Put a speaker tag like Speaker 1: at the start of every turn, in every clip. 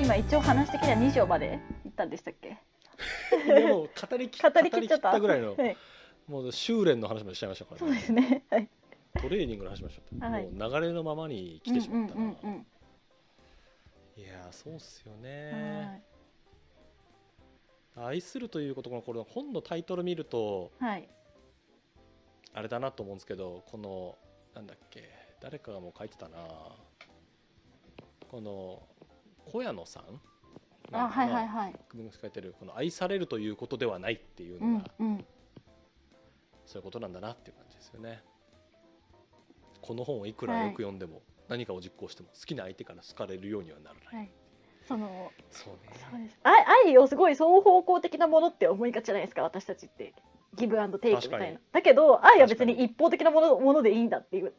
Speaker 1: 今一応話的には2条まで行ったんでしたっけ
Speaker 2: でも語りき
Speaker 1: 語りきっちゃった
Speaker 2: 語りぐらいの
Speaker 1: はい、
Speaker 2: もう修練の話までしちゃいましたか
Speaker 1: そ
Speaker 2: ら
Speaker 1: うですね はい
Speaker 2: トレーニングの話までしちゃった、
Speaker 1: はい
Speaker 2: もう流れのままに来てしまったな、
Speaker 1: うんうんうん
Speaker 2: いやーそうっすよ
Speaker 1: うんは
Speaker 2: ね
Speaker 1: い
Speaker 2: 愛するということがこれ本のタイトル見ると
Speaker 1: はい
Speaker 2: あれだなと思うんですけどこのなんだっけ誰かがもう書いてたなこの小屋野さん
Speaker 1: あ
Speaker 2: なんか
Speaker 1: はい
Speaker 2: な
Speaker 1: はいはい
Speaker 2: 僕が書いてるこの愛されるということではないっていう
Speaker 1: う
Speaker 2: のが、
Speaker 1: んうん
Speaker 2: そういうことなんだなっていう感じですよね。この本をいくらよく読んでも、何かを実行しても好きな相手から好かれるようにはならない。
Speaker 1: はいその
Speaker 2: そうね
Speaker 1: そうです愛愛をすごい双方向的なものって思いがちじゃないですか私たちってギブアンドテイクみたい
Speaker 2: 確か
Speaker 1: な
Speaker 2: に
Speaker 1: だけど愛は別
Speaker 2: 確か
Speaker 1: に一方的なものものでいいんだっていう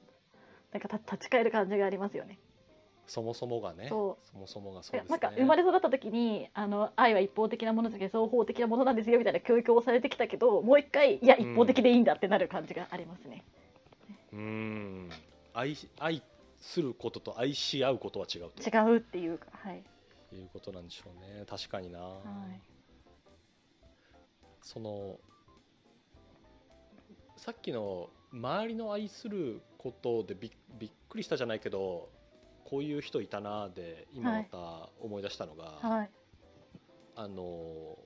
Speaker 1: なんかた立ち返る感じがありますよね
Speaker 2: そもそもがね。
Speaker 1: そ
Speaker 2: もそもがそうですね。
Speaker 1: なんか生まれ育った時にあの愛は一方的なものだけど双方的なものなんですよみたいな教育をされてきたけどもう一回いや
Speaker 2: うん
Speaker 1: 一方的でいいんだってなる感じがありますね、
Speaker 2: うーん。愛し愛することと愛し合うことは違う
Speaker 1: 違うっていうかはい
Speaker 2: ということなんでしょうね。確かにな。
Speaker 1: い
Speaker 2: そのさっきの周りの愛することでびっびっくりしたじゃないけどこういう人いたなーで今
Speaker 1: は
Speaker 2: ま
Speaker 1: い
Speaker 2: た思い出したのが、
Speaker 1: はい
Speaker 2: あの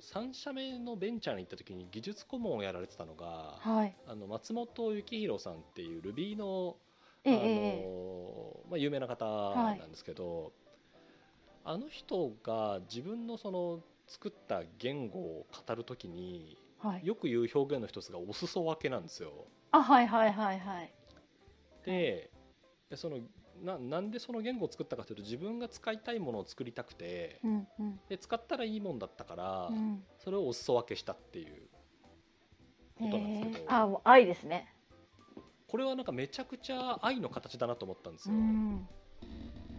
Speaker 2: 3社目のベンチャーに行った時に技術顧問をやられてたのが、
Speaker 1: はい
Speaker 2: あの松本幸宏さんっていう Ruby の
Speaker 1: ええ
Speaker 2: あ
Speaker 1: ええ
Speaker 2: のまあ、有名な方なんですけど、あの人が自分のその作った言語を語るときに
Speaker 1: はい
Speaker 2: よく言う表現の一つがお裾分けなんですよ。
Speaker 1: あはいはいはいはい
Speaker 2: ででそのななんでその言語を作ったかというと自分が使いたいものを作りたくて
Speaker 1: うんうん
Speaker 2: で使ったらいいもんだったから
Speaker 1: うん
Speaker 2: それをお裾分けしたっていうことなんですけ
Speaker 1: え
Speaker 2: ど
Speaker 1: ーあもう愛ですね
Speaker 2: これはなんかめちゃくちゃ愛の形だなと思ったんです
Speaker 1: う
Speaker 2: よ。
Speaker 1: ん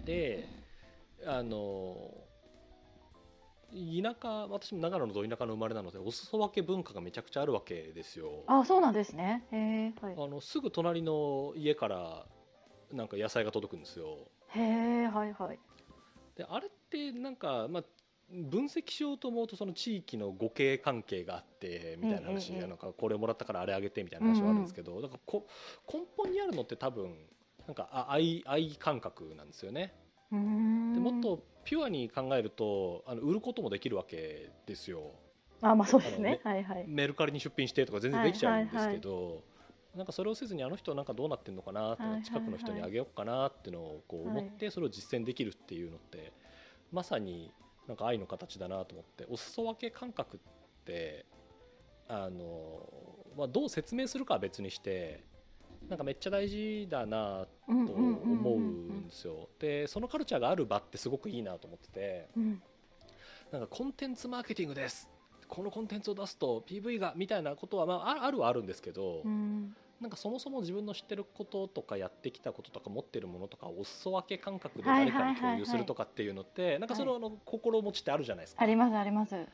Speaker 2: であの田舎私も長野のど田舎の生まれなのでお裾分け文化がめちゃくちゃあるわけですよあ
Speaker 1: あそうなんですねへえはい
Speaker 2: のすぐ隣の家からなんか野菜が届くんですよ
Speaker 1: へえはいはい
Speaker 2: であれってなんか、まあ、分析しようと思うとその地域の互恵関係があってみたいな話
Speaker 1: うんうんうん
Speaker 2: なんかこれもらったからあれあげてみたいな話はあるんですけど、なんかこ根本にあるのって多分なんかあ愛愛感覚なんですよね。
Speaker 1: うーん
Speaker 2: でもっとピュアに考えるとあの売ることもできるわけですよ
Speaker 1: あまあそうですね
Speaker 2: あ
Speaker 1: はいはい
Speaker 2: メルカリに出品してとか全然できちゃうんですけど、なんかそれをせずにあの人なんかどうなってんのかなって、
Speaker 1: はいはいはい
Speaker 2: 近くの人にあげようかなってのをこう思ってそれを実践できるっていうのって、まさになんか愛の形だなと思ってお裾分け感覚ってあの、まあ、どう説明するかは別にしてなんかめっちゃ大事だな
Speaker 1: うん
Speaker 2: と
Speaker 1: うんうん
Speaker 2: 思
Speaker 1: う
Speaker 2: うん
Speaker 1: ん
Speaker 2: ですよ。でそのカルチャーがある場ってすごくいいなと思ってて
Speaker 1: うん
Speaker 2: なんかコンテンツマーケティングですこのコンテンツを出すと PV がみたいなことは、まあ、ああるはあるんですけど、
Speaker 1: うん
Speaker 2: なんかそもそも自分の知ってることとかやってきたこととか持ってるものとかお裾分け感覚で誰かに共有するとかっていうのって、なんかそのあの心持ちってあるじゃないですか、
Speaker 1: ありますあります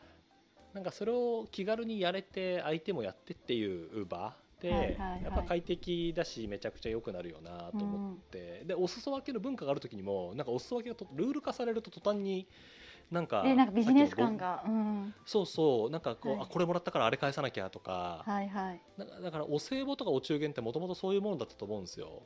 Speaker 2: なんかそれを気軽にやれて相手もやってっていう場で、
Speaker 1: はいはいはい
Speaker 2: やっぱ快適だしめちゃくちゃ良くなるよなと思って。ってでお裾分けの文化がある時にもなんかお裾分けがとルール化されると途端になんか
Speaker 1: うんねなんかビジネス感
Speaker 2: さっ
Speaker 1: がうん
Speaker 2: きのごそうそうなんかこう、
Speaker 1: はい
Speaker 2: あこれもらったからあれ返さなきゃとか、
Speaker 1: はいはい
Speaker 2: なんかだからお歳暮とかお中元ってもともとそういうものだったと思うんですよ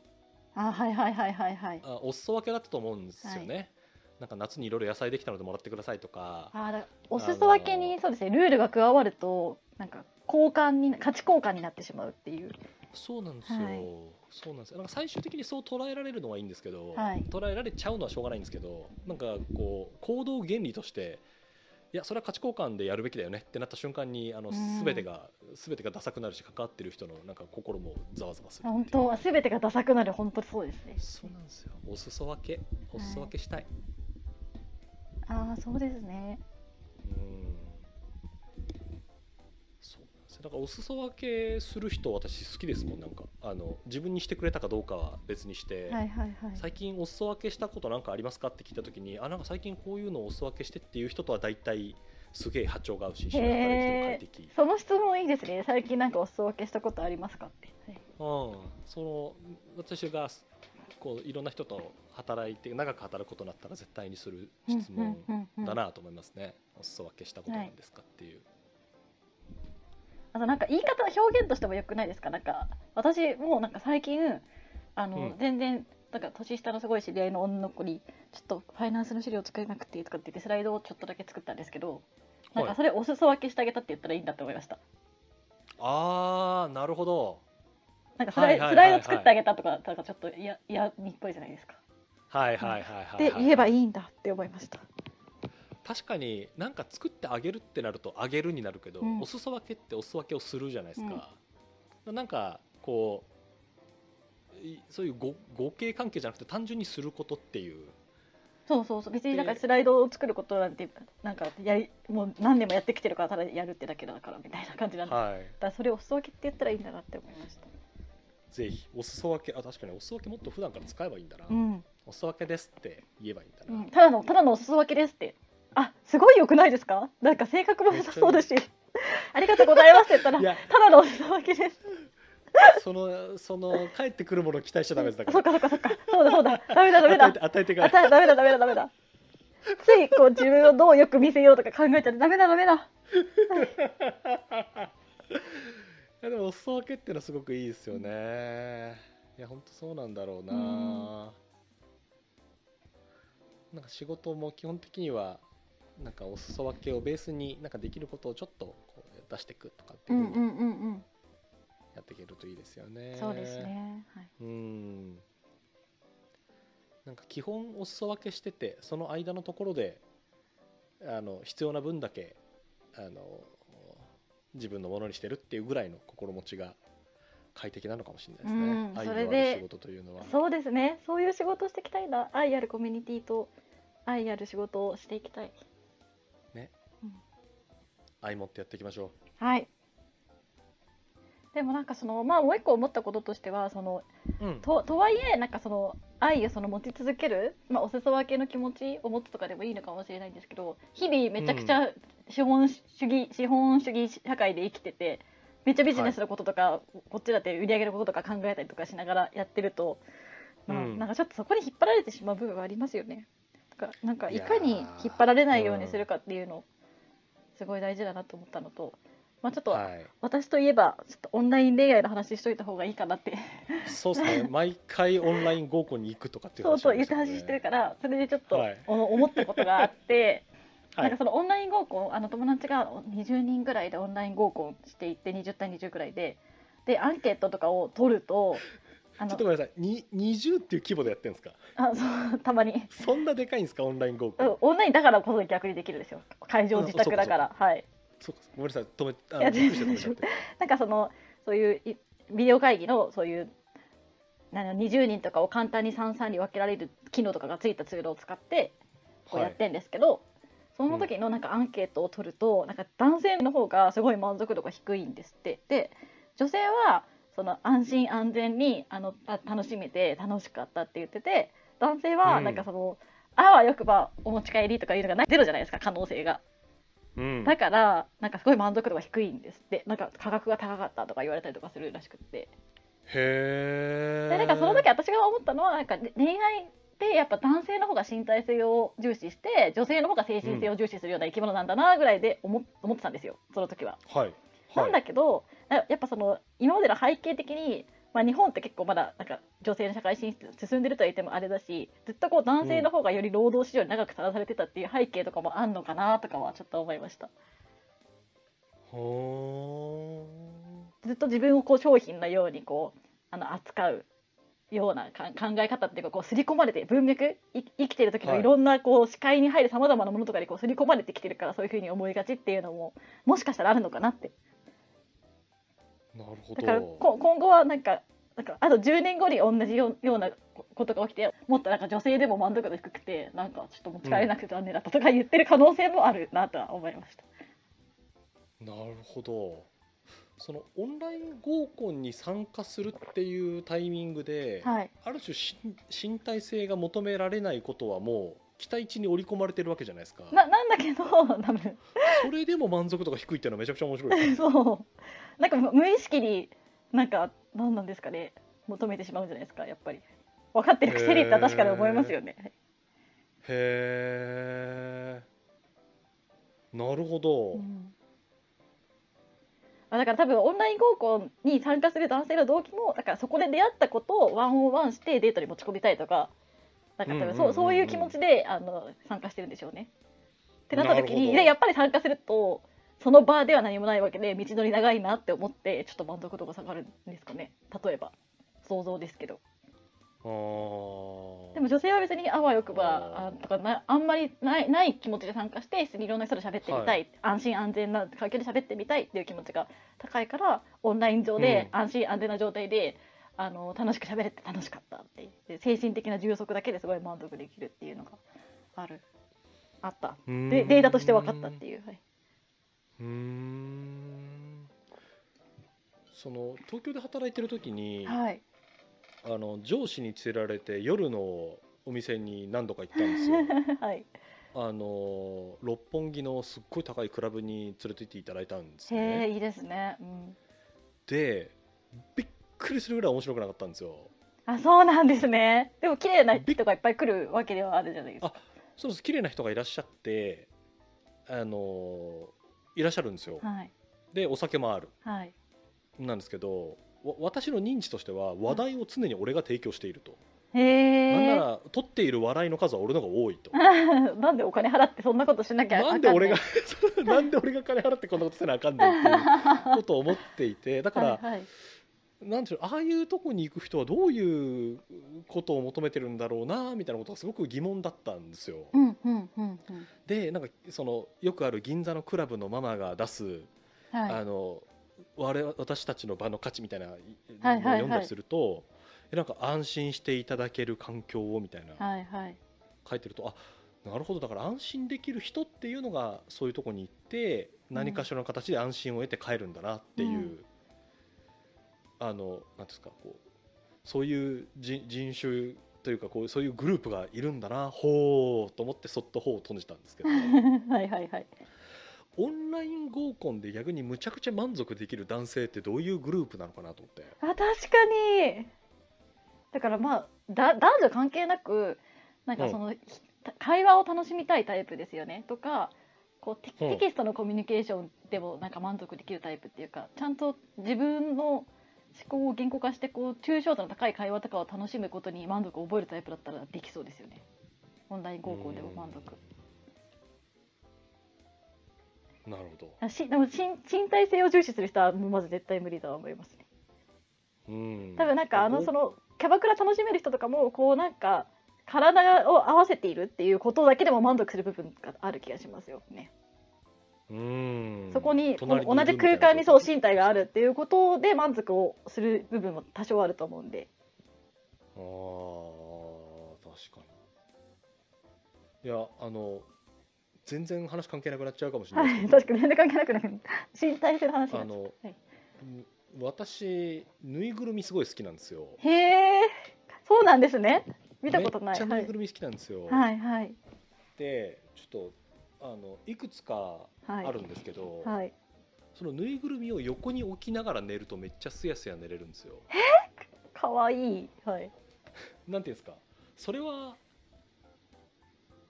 Speaker 1: あはいはいはいはいはい
Speaker 2: あお裾分けだったと思うんですよね、なんか夏にいろいろ野菜できたのでもらってくださいとか
Speaker 1: あだからお裾分け
Speaker 2: あ
Speaker 1: にそうですねルールが加わるとなんか交換に価値交換になってしまうっていう
Speaker 2: そうなんですよ、
Speaker 1: はい
Speaker 2: そうなんですよなんか最終的にそう捉えられるのはいいんですけど、
Speaker 1: はい
Speaker 2: 捉えられちゃうのはしょうがないんですけどなんかこう行動原理としていやそれは価値交換でやるべきだよねってなった瞬間にあの
Speaker 1: うん
Speaker 2: 全てが全てがダサくなるし関わってる人のなんか心もざわざわする
Speaker 1: 本当は全てがダサくなる本当そうですね
Speaker 2: そうなんですよお裾分けお裾分けしたい、
Speaker 1: ああそうですね
Speaker 2: うんそうなんですよだからお裾分けする人私好きですもんなんかあの自分にしてくれたかどうかは別にして、
Speaker 1: はいはいはい
Speaker 2: 最近お裾分けしたことなんかありますかって聞いた時にあなんか最近こういうのをお裾分けしてっていう人とは大体すげえ波長が合うし一緒に働いても快適、
Speaker 1: その質問いいですね最近なんかお裾分けしたことありますかって、はい
Speaker 2: うん、その私がこういろんな人と働いて長く働くことになったら絶対にする質問だなと思いますね、お裾分けしたことなんですかっていう、
Speaker 1: あとなんか言い方の表現としてもよくないですかなんか私もうなんか最近あの、
Speaker 2: うん
Speaker 1: 全然なんか年下のすごい知り合いの女の子にちょっとファイナンスの資料作れなくてとかって言ってスライドをちょっとだけ作ったんですけどなん
Speaker 2: は
Speaker 1: か
Speaker 2: い
Speaker 1: それお裾分けしてあげたって言ったらいいんだと思いました
Speaker 2: ああなるほど
Speaker 1: なんかスライ,、
Speaker 2: はいはい
Speaker 1: ス
Speaker 2: はいはい
Speaker 1: ライド作ってあげたとかなんかちょっといや嫌味っぽいじゃないですか
Speaker 2: はいはいはいはい、
Speaker 1: で
Speaker 2: はい、
Speaker 1: 言えばいいんだって思いました
Speaker 2: 確かに何か作ってあげるってなるとあげるになるけど、
Speaker 1: うん
Speaker 2: お裾分けってお裾分けをするじゃないですか、なんかこういそういうご合計関係じゃなくて単純にすることっていう
Speaker 1: そうそうそう別になんか
Speaker 2: で
Speaker 1: スライドを作ることなんてなんかやりもう何年もやってきてるからただやるってだけだからみたいな感じなんで、
Speaker 2: は
Speaker 1: だ
Speaker 2: い
Speaker 1: からそれをお裾分けって言ったらいいんだなって思いました
Speaker 2: ぜひお裾分けあ確かにお裾分けもっと普段から使えばいいんだな、
Speaker 1: うん
Speaker 2: お裾分けですって言えばいいんだ
Speaker 1: う
Speaker 2: な、
Speaker 1: んただのただのお裾分けですってあすごい良くないですかなんか性格も良さそうだし ありがとうございますって言ったら
Speaker 2: いや
Speaker 1: ただのお裾分け です
Speaker 2: そのその帰ってくるものを期待しちゃダメですだか
Speaker 1: そっ
Speaker 2: ら
Speaker 1: かそっかそっかそうだそうだダメだダメだ
Speaker 2: 与えて与えて
Speaker 1: あ
Speaker 2: か
Speaker 1: たダメだダメだダメだついこう自分をどうよく見せようとか考えちゃってダメだダメだ
Speaker 2: いやでもお裾分けってのはすごくいいですよねいや本当そうなんだろうな、なんか仕事も基本的にはなんかお裾分けをベースになんかできることをちょっとこう出していくとかっていう風に
Speaker 1: んうん
Speaker 2: やっていけるといいですよね、
Speaker 1: そうですねはい
Speaker 2: うんなんか基本お裾分けしててその間のところであの必要な分だけあの自分のものにしてるっていうぐらいの心持ちが快適なのかもしれないですね、
Speaker 1: うん
Speaker 2: 愛
Speaker 1: それ
Speaker 2: のあ
Speaker 1: で
Speaker 2: る仕事というのは
Speaker 1: そうですねそういう仕事をしていきたいな愛あるコミュニティと愛ある仕事をしていきたい
Speaker 2: 愛持ってやっていきましょ
Speaker 1: はいでもなんかそのまあもう一個思ったこととしてはその
Speaker 2: う、うん、
Speaker 1: ととはいえなんかその愛をその持ち続ける、まあ、お裾分けの気持ちを持つとかでもいいのかもしれないんですけど日々めちゃくちゃ資本主義、資本主義社会で生きててめっちゃビジネスのこととか、こっちだって売り上げのこととか考えたりとかしながらやってると、まあ
Speaker 2: うん
Speaker 1: なんかちょっとそこに引っ張られてしまう部分はありますよね。だからなんか
Speaker 2: い
Speaker 1: い
Speaker 2: やー
Speaker 1: かに引っ張られないようにするかっていうのすごい大事だなと思ったのと、まあ、ちょっと
Speaker 2: はい
Speaker 1: 私といえばちょっとオンライン恋愛の話しといた方がいいかなって
Speaker 2: そうで すね毎回オンライン合コンに行くとかっていう
Speaker 1: そうそう言って
Speaker 2: 話
Speaker 1: 話してるからそれでちょっと
Speaker 2: はい
Speaker 1: お思ったことがあって、
Speaker 2: は
Speaker 1: なんか
Speaker 2: い
Speaker 1: そのオンライン合コンあの友達が20人ぐらいでオンライン合コンしていって20対20ぐらいででアンケートとかを取るとあ
Speaker 2: ちょ
Speaker 1: の
Speaker 2: っとごめんなさいに20っていう規模でやってるんですか
Speaker 1: あそうたまに
Speaker 2: そんなでかいんですかオンライン合コ
Speaker 1: う
Speaker 2: ン、
Speaker 1: んオンラインだからこそ逆にできるんですよ会場自宅だから、はい
Speaker 2: そうかごめんなさい止め
Speaker 1: い
Speaker 2: あ
Speaker 1: や
Speaker 2: のびっくりして止めちゃって
Speaker 1: なんかそのそういういビデオ会議のそういうなんか20人とかを簡単に33に分けられる機能とかがついたツールを使ってこうやってんですけど、その時のなんかアンケートを取ると、なんか男性の方がすごい満足度が低いんですってで女性はその安心安全にあのあ楽しめて楽しかったって言ってて男性は
Speaker 2: うん
Speaker 1: なんかその、あわよくばお持ち帰りとかいうのがないゼロじゃないですか可能性が
Speaker 2: うん
Speaker 1: だからなんかすごい満足度が低いんですってなんか価格が高かったとか言われたりとかするらしくって
Speaker 2: へえ。
Speaker 1: でなんかその時私が思ったのはなんか恋愛ってやっぱ男性の方が身体性を重視して女性の方が精神性を重視するような生き物なんだなぐらいで思っ思ってたんですよその時は。
Speaker 2: はい。
Speaker 1: なんだけどなやっぱその今までの背景的に、まあ、日本って結構まだなんか女性の社会進出進んでるとは言ってもあれだしずっとこう男性の方がより労働市場に長くさらされてたっていう背景とかもあんのかなとかはちょっと思いました。
Speaker 2: ほ
Speaker 1: ずっと自分をこう商品のようにこうあの扱うようなか考え方っていうかこう刷り込まれて文脈い生きてる時の
Speaker 2: はい
Speaker 1: いろんなこう視界に入るさまざまなものとかにこう刷り込まれてきてるからそういうふうに思いがちっていうのももしかしたらあるのかなって
Speaker 2: ー。なるほ
Speaker 1: だから
Speaker 2: ど。
Speaker 1: こ今後はなんかなんかあと10年後に同じようようなこことが起きてもっとなんか女性でも満足度低くてなんかちょっと持ち帰れなくて残念だったとか言ってる可能性もあるなとは思いました。
Speaker 2: なるほど。そのオンライン合コンに参加するっていうタイミングで、
Speaker 1: はい
Speaker 2: ある種し身体性が求められないことはもう期待値に織り込まれてるわけじゃないですか。
Speaker 1: ななんだけど多分
Speaker 2: それでも満足度が低いっていうのはめちゃくちゃ面白いです ね。
Speaker 1: そうなんか無無意識になんか何なんですかね求めてしまうんじゃないですかやっぱり分かってるくせにって確かに思いますよね。
Speaker 2: へえなるほど、
Speaker 1: うんあだから多分オンライン合コンに参加する男性の動機もだからそこで出会ったことをワンオンワンしてデートに持ち込みたいとかなんか多
Speaker 2: うんう
Speaker 1: 分
Speaker 2: んうんう
Speaker 1: そ
Speaker 2: ん
Speaker 1: うそういう気持ちであの参加してるんでしょうね。ってなった時
Speaker 2: なるほ
Speaker 1: に
Speaker 2: ど
Speaker 1: でやっぱり参加するとその場では何もないわけで道のり長いなって思ってちょっと満足度が下がるんですかね例えば想像ですけど
Speaker 2: あー
Speaker 1: でも女性は別にあわよくば
Speaker 2: あー
Speaker 1: あとかなあんまりないない気持ちで参加していろんな人と喋ってみたい、
Speaker 2: は
Speaker 1: 安心安全な環境で喋ってみたいっていう気持ちが高いからオンライン上で
Speaker 2: う
Speaker 1: 安心安全な状態で、あの楽しく喋れて楽しかったっていう精神的な充足だけですごい満足できるっていうのがあるあった
Speaker 2: うーん
Speaker 1: でデータとして分かったっていう、はい、
Speaker 2: うーんその東京で働いてる時に、
Speaker 1: はい、
Speaker 2: あの上司に連れられて夜のお店に何度か行ったんで すよ
Speaker 1: はい、
Speaker 2: あの六本木のすっごい高いクラブに連れて行っていただいたんです
Speaker 1: へえ
Speaker 2: ね
Speaker 1: いいですね、うん、
Speaker 2: でびっくりするぐらい面白くなかったんですよ
Speaker 1: あそうなんですねでも綺麗な人がいっぱい来るわけではあるじゃないですか
Speaker 2: そうです綺麗な人がいらっしゃってあのいらっしゃるんですよ
Speaker 1: はい
Speaker 2: でお酒もある
Speaker 1: はい
Speaker 2: なんですけどわ私の認知としては話題を常に俺が提供していると、
Speaker 1: へ
Speaker 2: なんな
Speaker 1: え
Speaker 2: ら取っている笑いの数は俺の方が多いと
Speaker 1: なんでお金払ってそんなことしなきゃ
Speaker 2: なんで俺が
Speaker 1: あ
Speaker 2: なんで俺が金払ってこんなことせなあかんねんっていう
Speaker 1: かん ない
Speaker 2: ことを思っていてだか
Speaker 1: は
Speaker 2: ら
Speaker 1: いはい
Speaker 2: なんていうのああいうとこに行く人はどういうことを求めてるんだろうなみたいなことがすごく疑問だったんですよ。
Speaker 1: うんうんうんうん
Speaker 2: でなんかそのよくある銀座のクラブのママが出す
Speaker 1: は
Speaker 2: あ
Speaker 1: い
Speaker 2: の我々私たちの場の価値みたいなのを
Speaker 1: はいはい
Speaker 2: 読んだりすると、えなんか安心していただける環境をみたいな
Speaker 1: はいはい
Speaker 2: 書いてるとあなるほどだから安心できる人っていうのがそういうとこに行って何かしらの形で安心を得て帰るんだなってい
Speaker 1: う
Speaker 2: う、
Speaker 1: ん
Speaker 2: あのなんていうんですかこうそういう人人種というかこうそういうグループがいるんだなほうと思ってそっとほうを閉じた んですけど
Speaker 1: はいはいはい
Speaker 2: オンライン合コンで逆にむちゃくちゃ満足できる男性ってどういうグループなのかなと思って。
Speaker 1: あ確かにだからまあだ男女関係なくなんかその、ひ会話を楽しみたいタイプですよねとかこうテ
Speaker 2: うん
Speaker 1: テキストのコミュニケーションでもなんか満足できるタイプっていうかちゃんと自分の思考を言語化してこう抽象度の高い会話とかを楽しむことに満足を覚えるタイプだったらできそうですよねオンライン合コンでも満足
Speaker 2: なるほど。
Speaker 1: あしでも身身体性を重視する人はもうまず絶対無理だと思いますね
Speaker 2: うん、
Speaker 1: 多分なんかあのそ
Speaker 2: の
Speaker 1: のキャバクラ楽しめる人とかもこうなんか体を合わせているっていうことだけでも満足する部分がある気がしますよね。
Speaker 2: うん
Speaker 1: そこにこの
Speaker 2: 隣
Speaker 1: 同
Speaker 2: に
Speaker 1: じ
Speaker 2: いるみたい
Speaker 1: 空
Speaker 2: な
Speaker 1: 間にそう身体があるっていうことで満足をする部分も多少あると思うんで。
Speaker 2: あー確かにいやあの全然話関係なくなっちゃうかもしれ
Speaker 1: は
Speaker 2: ない
Speaker 1: い、
Speaker 2: です
Speaker 1: 確
Speaker 2: け
Speaker 1: かに全然関係なくなる。身体性の話
Speaker 2: ど、あ
Speaker 1: になっちゃう
Speaker 2: の
Speaker 1: はい
Speaker 2: ん私ぬいぐるみすごい好きなんですよ
Speaker 1: へえ、そうなんですね。見たこと
Speaker 2: め
Speaker 1: な
Speaker 2: っ
Speaker 1: い。
Speaker 2: ちゃ
Speaker 1: は
Speaker 2: ぬい
Speaker 1: い
Speaker 2: ぐ、るみ好きなんですよ、
Speaker 1: はい、はい、
Speaker 2: でちょっとあのいくつか
Speaker 1: はい。
Speaker 2: あるんですけど、
Speaker 1: はい。
Speaker 2: そのぬいぐるみを横に置きながら寝るとめっちゃすやすや寝れるんですよ
Speaker 1: 可愛いはい。
Speaker 2: なんていうんですかそれは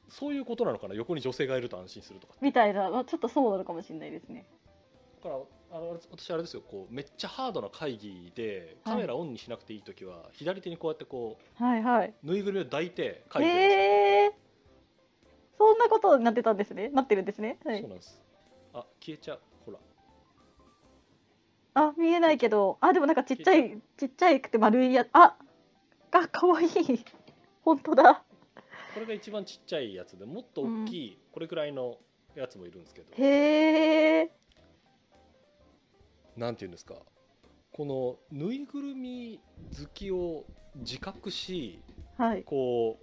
Speaker 2: そういうことなのかな横に女性がいると安心するとかって
Speaker 1: みたいな、まあちょっとそうなのかもしれないですね。
Speaker 2: だからあの私あれですよこうめっちゃハードな会議でカメラオンにしなくていい時は、左手にこうやってこ
Speaker 1: はい、はい。
Speaker 2: うぬいぐるみを抱いて書いてるんですよ、
Speaker 1: ええそんなことになってたんですね。なってるんですね。は
Speaker 2: そう
Speaker 1: い。
Speaker 2: なんですあ消えちゃうほら
Speaker 1: あ、見えないけど、あ、でもなんかちっちゃい、ちっちゃくて丸いや、あ、あ、可愛いい。本当だ。
Speaker 2: これが一番ちっちゃいやつでもっと大きい、これくらいのやつもいるんですけど
Speaker 1: へえ。
Speaker 2: なんていうんですかこのぬいぐるみ好きを自覚し
Speaker 1: はい。
Speaker 2: こ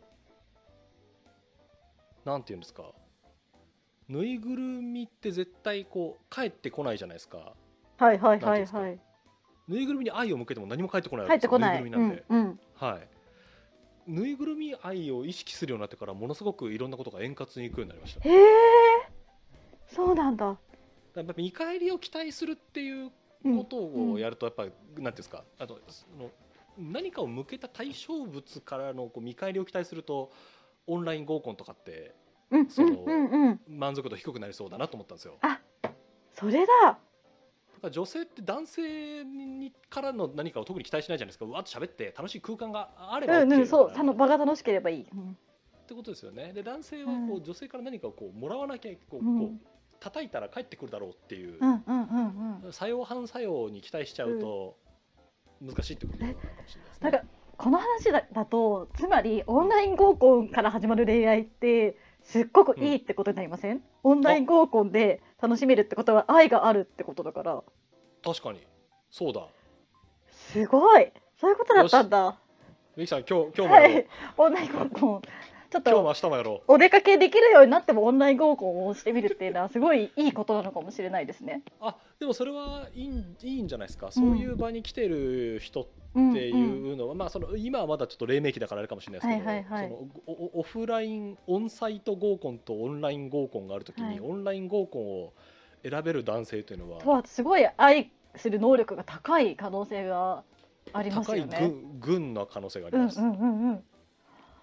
Speaker 2: うなんていうんですかぬいぐるみって絶対こう帰ってこないじゃないですか
Speaker 1: はいはい
Speaker 2: なんて
Speaker 1: は
Speaker 2: いうんで
Speaker 1: い
Speaker 2: すか
Speaker 1: はい。
Speaker 2: ぬいぐるみに愛を向けても何も返ってこないわ
Speaker 1: 入
Speaker 2: け
Speaker 1: って
Speaker 2: ですよ
Speaker 1: こない。
Speaker 2: ぬい
Speaker 1: う
Speaker 2: ぐるみなん
Speaker 1: ん
Speaker 2: で、
Speaker 1: うん。
Speaker 2: はいぬいぐるみ愛を意識するようになってからものすごくいろんなことが円滑にいくようになりました
Speaker 1: へえ。そうなんだ。
Speaker 2: やっぱ見返りを期待するっていう
Speaker 1: う
Speaker 2: こ
Speaker 1: ん。
Speaker 2: とをやるとやっぱ、なんていうんですかあとその何かを向けた対象物からのこう見返りを期待するとオンライン合コンとかって
Speaker 1: うん
Speaker 2: そうの
Speaker 1: んうんうん
Speaker 2: 満足度低くなりそうだなと思ったんですよ。
Speaker 1: あそれだ
Speaker 2: だから女性って男性にからの何かを特に期待しないじゃないですかうわっと喋って楽しい空間があれば OK
Speaker 1: うんうんそう
Speaker 2: みた
Speaker 1: そ
Speaker 2: いな
Speaker 1: の場が楽しければいい、うん
Speaker 2: ってことですよねで男性はこ
Speaker 1: う
Speaker 2: う女性から何かをこうもらわなきゃこう
Speaker 1: うん
Speaker 2: こう叩いたら帰ってくるだろうっていう
Speaker 1: うんうんうんうん
Speaker 2: 作用反作用に期待しちゃうと難しいってことなのかもしれないです
Speaker 1: な
Speaker 2: ね。
Speaker 1: んかこの話だだとつまりオンライン合コンから始まる恋愛ってすっごくいいってことになりません、オンライン合コンで楽しめるってことは愛があるってことだから
Speaker 2: 確かにそうだ
Speaker 1: すごいそういうことだったんだ
Speaker 2: ゆきさん今 日今日もや
Speaker 1: は
Speaker 2: ろう、
Speaker 1: いオンライン合コンちょっ
Speaker 2: 今日も
Speaker 1: と
Speaker 2: 明日もやろう
Speaker 1: お出かけできるようになってもオンライン合コンをしてみるっていうのはすごいいいことなのかもしれないですね。
Speaker 2: あでもそれはいいんいいんじゃないですかそういう場に来てる人
Speaker 1: うん
Speaker 2: っていうのは、まあ、その今はまだちょっと黎明期だからあれかもしれないですけど、
Speaker 1: はいはいはい
Speaker 2: そのおおオフラインオンサイト合コンとオンライン合コンがあるときに、
Speaker 1: はい
Speaker 2: オンライン合コンを選べる男性というの
Speaker 1: と
Speaker 2: は
Speaker 1: はすごい愛する能力が高い可能性があります
Speaker 2: 高
Speaker 1: よ
Speaker 2: い
Speaker 1: ね。
Speaker 2: 軍軍な可能性があり
Speaker 1: うん
Speaker 2: ま
Speaker 1: う
Speaker 2: す、
Speaker 1: んうんうん。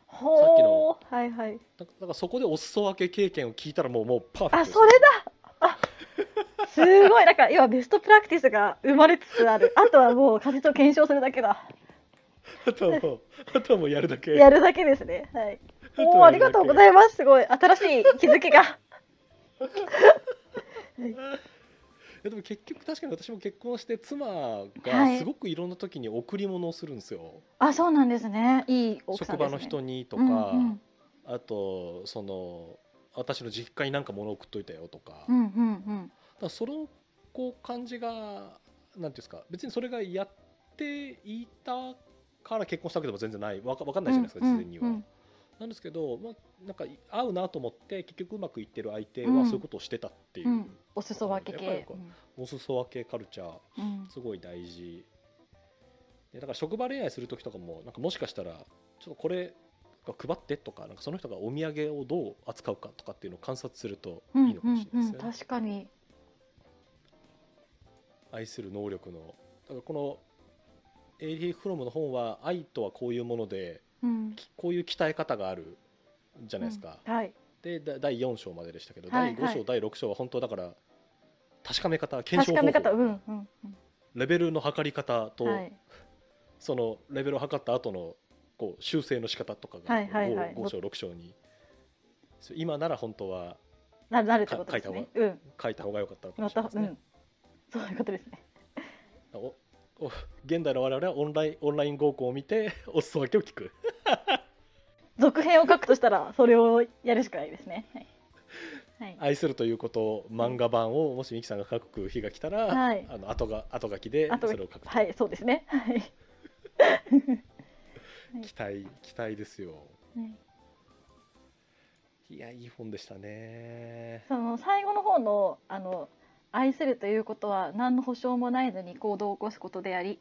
Speaker 2: さっき
Speaker 1: ほ
Speaker 2: の
Speaker 1: う。はいはい。
Speaker 2: だだからそこでお裾分け経験を聞いたらもうもうパーフェ
Speaker 1: あ、
Speaker 2: ク
Speaker 1: そ
Speaker 2: ト
Speaker 1: れ
Speaker 2: です
Speaker 1: だ。あ、すごい。なんか今ベストプラクティスが生まれつつある。あとはもう風と検証するだけだ。
Speaker 2: あとはもうあとはもうやるだけ
Speaker 1: やるだけですね。はい。
Speaker 2: と
Speaker 1: おお、ありがとうございます。すごい新しい気づきが。
Speaker 2: えでも結局確かに私も結婚して妻
Speaker 1: は
Speaker 2: が
Speaker 1: い
Speaker 2: すごくいろんな時に贈り物をするんですよ、
Speaker 1: あ、そうなんですね。いい奥さ
Speaker 2: 職
Speaker 1: んで
Speaker 2: 場
Speaker 1: すね。
Speaker 2: の人にと
Speaker 1: と
Speaker 2: か、あとその私の実家に何か物を送っといたよとか,、
Speaker 1: う
Speaker 2: だか
Speaker 1: んうん
Speaker 2: らそのこう感じがなんていうんですか別にそれがやっていたから結婚したわけでも全然ないわかわかん
Speaker 1: う
Speaker 2: ない
Speaker 1: ん。
Speaker 2: じゃないですか、
Speaker 1: うん
Speaker 2: 事前には。
Speaker 1: うん
Speaker 2: なんですけど、まあ、なんか合うなと思って結局うまくいってる相手
Speaker 1: う
Speaker 2: は
Speaker 1: ん
Speaker 2: そういうことをしてたっていう、
Speaker 1: うんうんお裾分け
Speaker 2: やっぱり
Speaker 1: 系。
Speaker 2: こお裾分けカルチャー
Speaker 1: うんうん
Speaker 2: すごい大事でだから職場恋愛する時とかもなんかもしかしたらちょっとこれが配ってとかなんかその人がお土産をどう扱うかとかっていうのを観察すると
Speaker 1: うん
Speaker 2: いいのかもしれ
Speaker 1: う
Speaker 2: ない
Speaker 1: んうん
Speaker 2: ですよね、
Speaker 1: 確かに。
Speaker 2: 愛する能力のだからこのエイリー・フロムの本は「愛とはこういうもので
Speaker 1: うん。
Speaker 2: きこういう鍛え方がある」じゃないですか、
Speaker 1: うんはい。
Speaker 2: でだ第4章まででしたけど、
Speaker 1: はい
Speaker 2: 第5
Speaker 1: は
Speaker 2: 章、
Speaker 1: い
Speaker 2: 第6章は本当だから確かめ方検
Speaker 1: 確
Speaker 2: 証
Speaker 1: か
Speaker 2: 方法
Speaker 1: め方。うんうんうん。
Speaker 2: レベルの測り方と、
Speaker 1: はい。
Speaker 2: そのレベルを測った後のこう修正の仕方とかが
Speaker 1: はいはいはい
Speaker 2: 5, 章6章にそう今なら本当は
Speaker 1: なるなるってことですね
Speaker 2: か。
Speaker 1: うん。
Speaker 2: 書いた方が良かったのか
Speaker 1: ま
Speaker 2: もしれ
Speaker 1: た、
Speaker 2: ないです
Speaker 1: う
Speaker 2: ね
Speaker 1: ん。そういうことですね。
Speaker 2: おお現代の我々はオンラインオンライン合コンを見て お裾分けを聞く
Speaker 1: 続編を書くとしたら、それをやるしかないですね。はい。はい。
Speaker 2: 愛するということを漫画版をもしミキさんが書く日が来たら、
Speaker 1: はい
Speaker 2: あの後が後書きで
Speaker 1: 後
Speaker 2: そ
Speaker 1: 書き
Speaker 2: れを書くと
Speaker 1: はい、そうですね。はい。
Speaker 2: 期待期待ですよいやいい本でしたね
Speaker 1: その最後の方のあの愛するということは何の保証もないのに行動を起こすことであり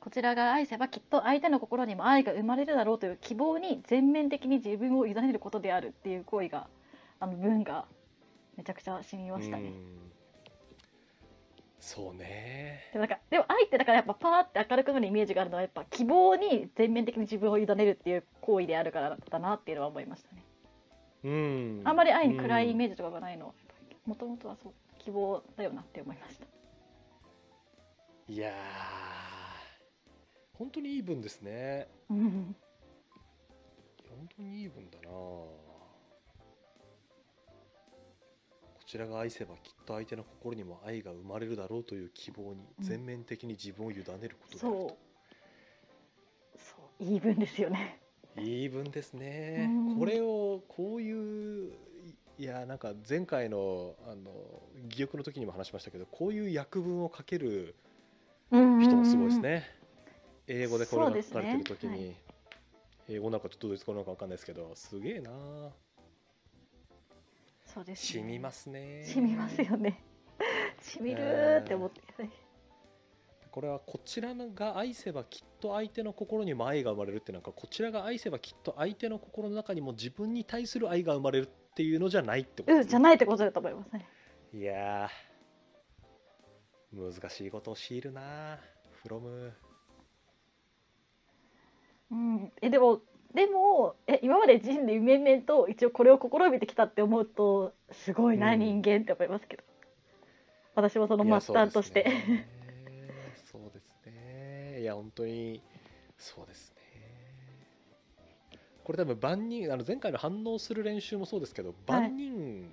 Speaker 1: こちらが愛せばきっと相手の心にも愛が生まれるだろうという希望に全面的に自分を委ねることであるっていう行為があの文がめちゃくちゃ染みました
Speaker 2: う
Speaker 1: ね。
Speaker 2: んそうね
Speaker 1: でもなんかでも愛ってだからやっぱパーって明るくなるイメージがあるのはやっぱ希望に全面的に自分を委ねるっていう行為であるからだなっていうのは思いましたね。
Speaker 2: うん
Speaker 1: あんまり愛に暗いイ
Speaker 2: うん
Speaker 1: メージとかがないのはもともとはそう希望だよなって思いました。
Speaker 2: いやー本当にいい分ですね
Speaker 1: うん
Speaker 2: 本当にいい分だなこちらが愛せばきっと相手の心にも愛が生まれるだろうという希望に
Speaker 1: うん
Speaker 2: 全面的に自分を委ねることである
Speaker 1: そ
Speaker 2: と、
Speaker 1: う。そう、言い分ですよね。
Speaker 2: いい分ですね
Speaker 1: うん
Speaker 2: これをこういういいやなんか前回のあの戯曲の時にも話しましたけどこういう訳文を書ける人
Speaker 1: 人
Speaker 2: もすごいです。ね。英語でこれ
Speaker 1: そう
Speaker 2: が
Speaker 1: で
Speaker 2: 書
Speaker 1: す
Speaker 2: か
Speaker 1: ね
Speaker 2: れてるときに、
Speaker 1: はい
Speaker 2: 英語なんかちょっとドイツ語なんかわかんないですけど、すげえなあ。
Speaker 1: そうです、
Speaker 2: 染みますね。
Speaker 1: 染みます。よね。染みるーって思って。はい
Speaker 2: これはこちらが愛せばきっと相手の心にも愛が生まれるってなんかこちらが愛せばきっと相手の心の中にも自分に対する愛が生まれるっていうのじゃないってこと
Speaker 1: う
Speaker 2: で
Speaker 1: ん、
Speaker 2: す
Speaker 1: じゃないってことだと思いますね。
Speaker 2: いやー難しいことを強いるなあフロム
Speaker 1: うん、えでもでもえ今まで人類面々と一応これを試みてきたって思うとすごいな、
Speaker 2: うん
Speaker 1: 人間って思いますけど私もその
Speaker 2: いや
Speaker 1: 末端として。
Speaker 2: そうですねいや本当にそうですねこれ多分万人あの前回の反応する練習もそうですけど
Speaker 1: はい
Speaker 2: 万人、
Speaker 1: うん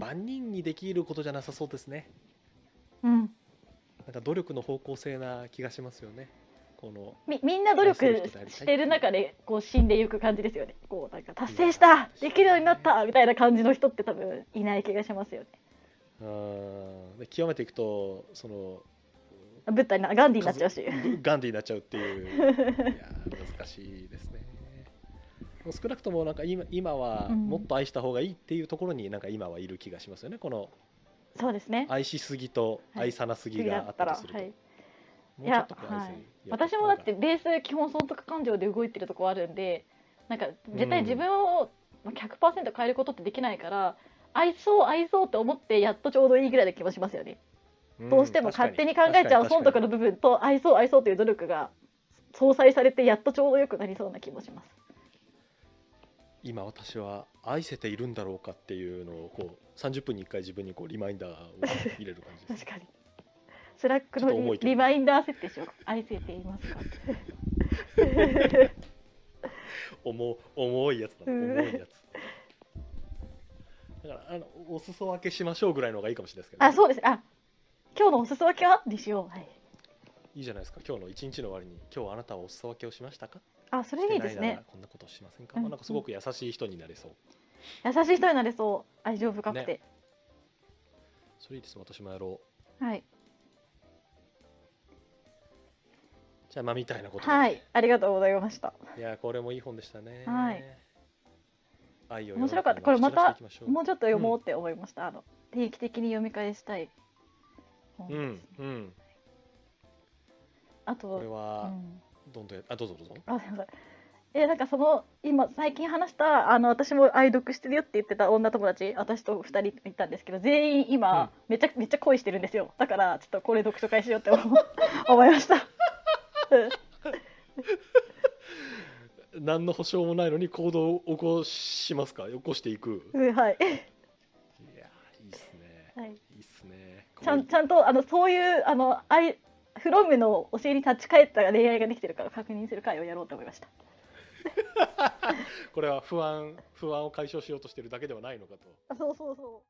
Speaker 2: 万人にできることじゃなさそうですね
Speaker 1: うん、
Speaker 2: なんか努力の方向性な気がしますよねこの
Speaker 1: みみんな努力
Speaker 2: 愛する人でありたい
Speaker 1: してる中でこう死んでいく感じですよねこうなんか達成したできるようになったみたいな感じの人って多分いない気がしますよね。
Speaker 2: うんで極めていくと その
Speaker 1: ブッダになガンディになっちゃうし。
Speaker 2: ガンディになっちゃうっていういやー難しいですねもう少なくともなんか今今は
Speaker 1: うん
Speaker 2: もっと愛した方がいいっていうところになんか今はいる気がしますよねこの
Speaker 1: そうですね。
Speaker 2: 愛しすぎと
Speaker 1: はい
Speaker 2: 愛さなすぎ
Speaker 1: 次だ
Speaker 2: があ
Speaker 1: っ
Speaker 2: ったた
Speaker 1: ら、
Speaker 2: とすると、
Speaker 1: はい。い
Speaker 2: もうちょ
Speaker 1: や
Speaker 2: っとこう愛
Speaker 1: は
Speaker 2: せる
Speaker 1: い、私もだってベース基本損得感情で動いてるとこあるんでなんか絶対自分をまあ100%変えることってできないから、愛そう愛そうって思ってやっとちょうどいいぐらいな気もしますよね、どうしても勝手に考えちゃう損得の部分と愛そう愛そうという努力が相殺されてやっとちょうどよくなりそうな気もします
Speaker 2: 今私は愛せているんだろうかっていうのをこう30分に1回自分にこうリマインダーを入れる感じで す
Speaker 1: 確かにスラックの
Speaker 2: ちょっと重
Speaker 1: リ
Speaker 2: いけど
Speaker 1: リマインダー設定しようか愛せていますか
Speaker 2: 重重いやつだな
Speaker 1: うん
Speaker 2: 重いやつだからあのお裾分けしましょうぐらいの方がいいかもしれないですけどね、
Speaker 1: あそうですあ今日のおすす分けはにしようはい
Speaker 2: いいじゃないですか今日の一日の終わりに今日あなたはお裾分けをしましたか
Speaker 1: あそれいいです
Speaker 2: してないな
Speaker 1: ね
Speaker 2: らこんなことをしませんか、
Speaker 1: うん
Speaker 2: まあなんかすごく優しい人になれそう
Speaker 1: 優しい人になれそう愛情深くて、
Speaker 2: それいいです私もやろう
Speaker 1: はい
Speaker 2: じゃあまあみたいなことで
Speaker 1: はいありがとうございました
Speaker 2: いやこれもいい本でしたね
Speaker 1: はい
Speaker 2: 愛を
Speaker 1: 面白かった
Speaker 2: 世の中に
Speaker 1: これまた
Speaker 2: 散らしていきしょう
Speaker 1: もうちょっと読もうって思いました、あの定期的に読み返したい本です
Speaker 2: う
Speaker 1: ね、
Speaker 2: んうん
Speaker 1: あ
Speaker 2: これ
Speaker 1: と、う
Speaker 2: は
Speaker 1: ん、
Speaker 2: どんどんやあどうぞどうぞ
Speaker 1: あすいませんえなんかその今最近話したあの私も愛読してるよって言ってた女友達私と二人いたんですけど全員今、
Speaker 2: うん
Speaker 1: めちゃめちゃ恋してるんですよだからちょっとこれ読書会しようって 思思いましたうん
Speaker 2: 何の保証もないのに行動を起こしますか起こしていく
Speaker 1: うんはい、
Speaker 2: いやいいっすね
Speaker 1: はい
Speaker 2: いいっすね
Speaker 1: ちゃんちゃんとあのそういうあのアイフロムの教えに立ち返った恋愛ができてるから確認する会をやろうと思いました。
Speaker 2: これは不安不安を解消しようとしてるだけではないのかと
Speaker 1: あそうそうそう。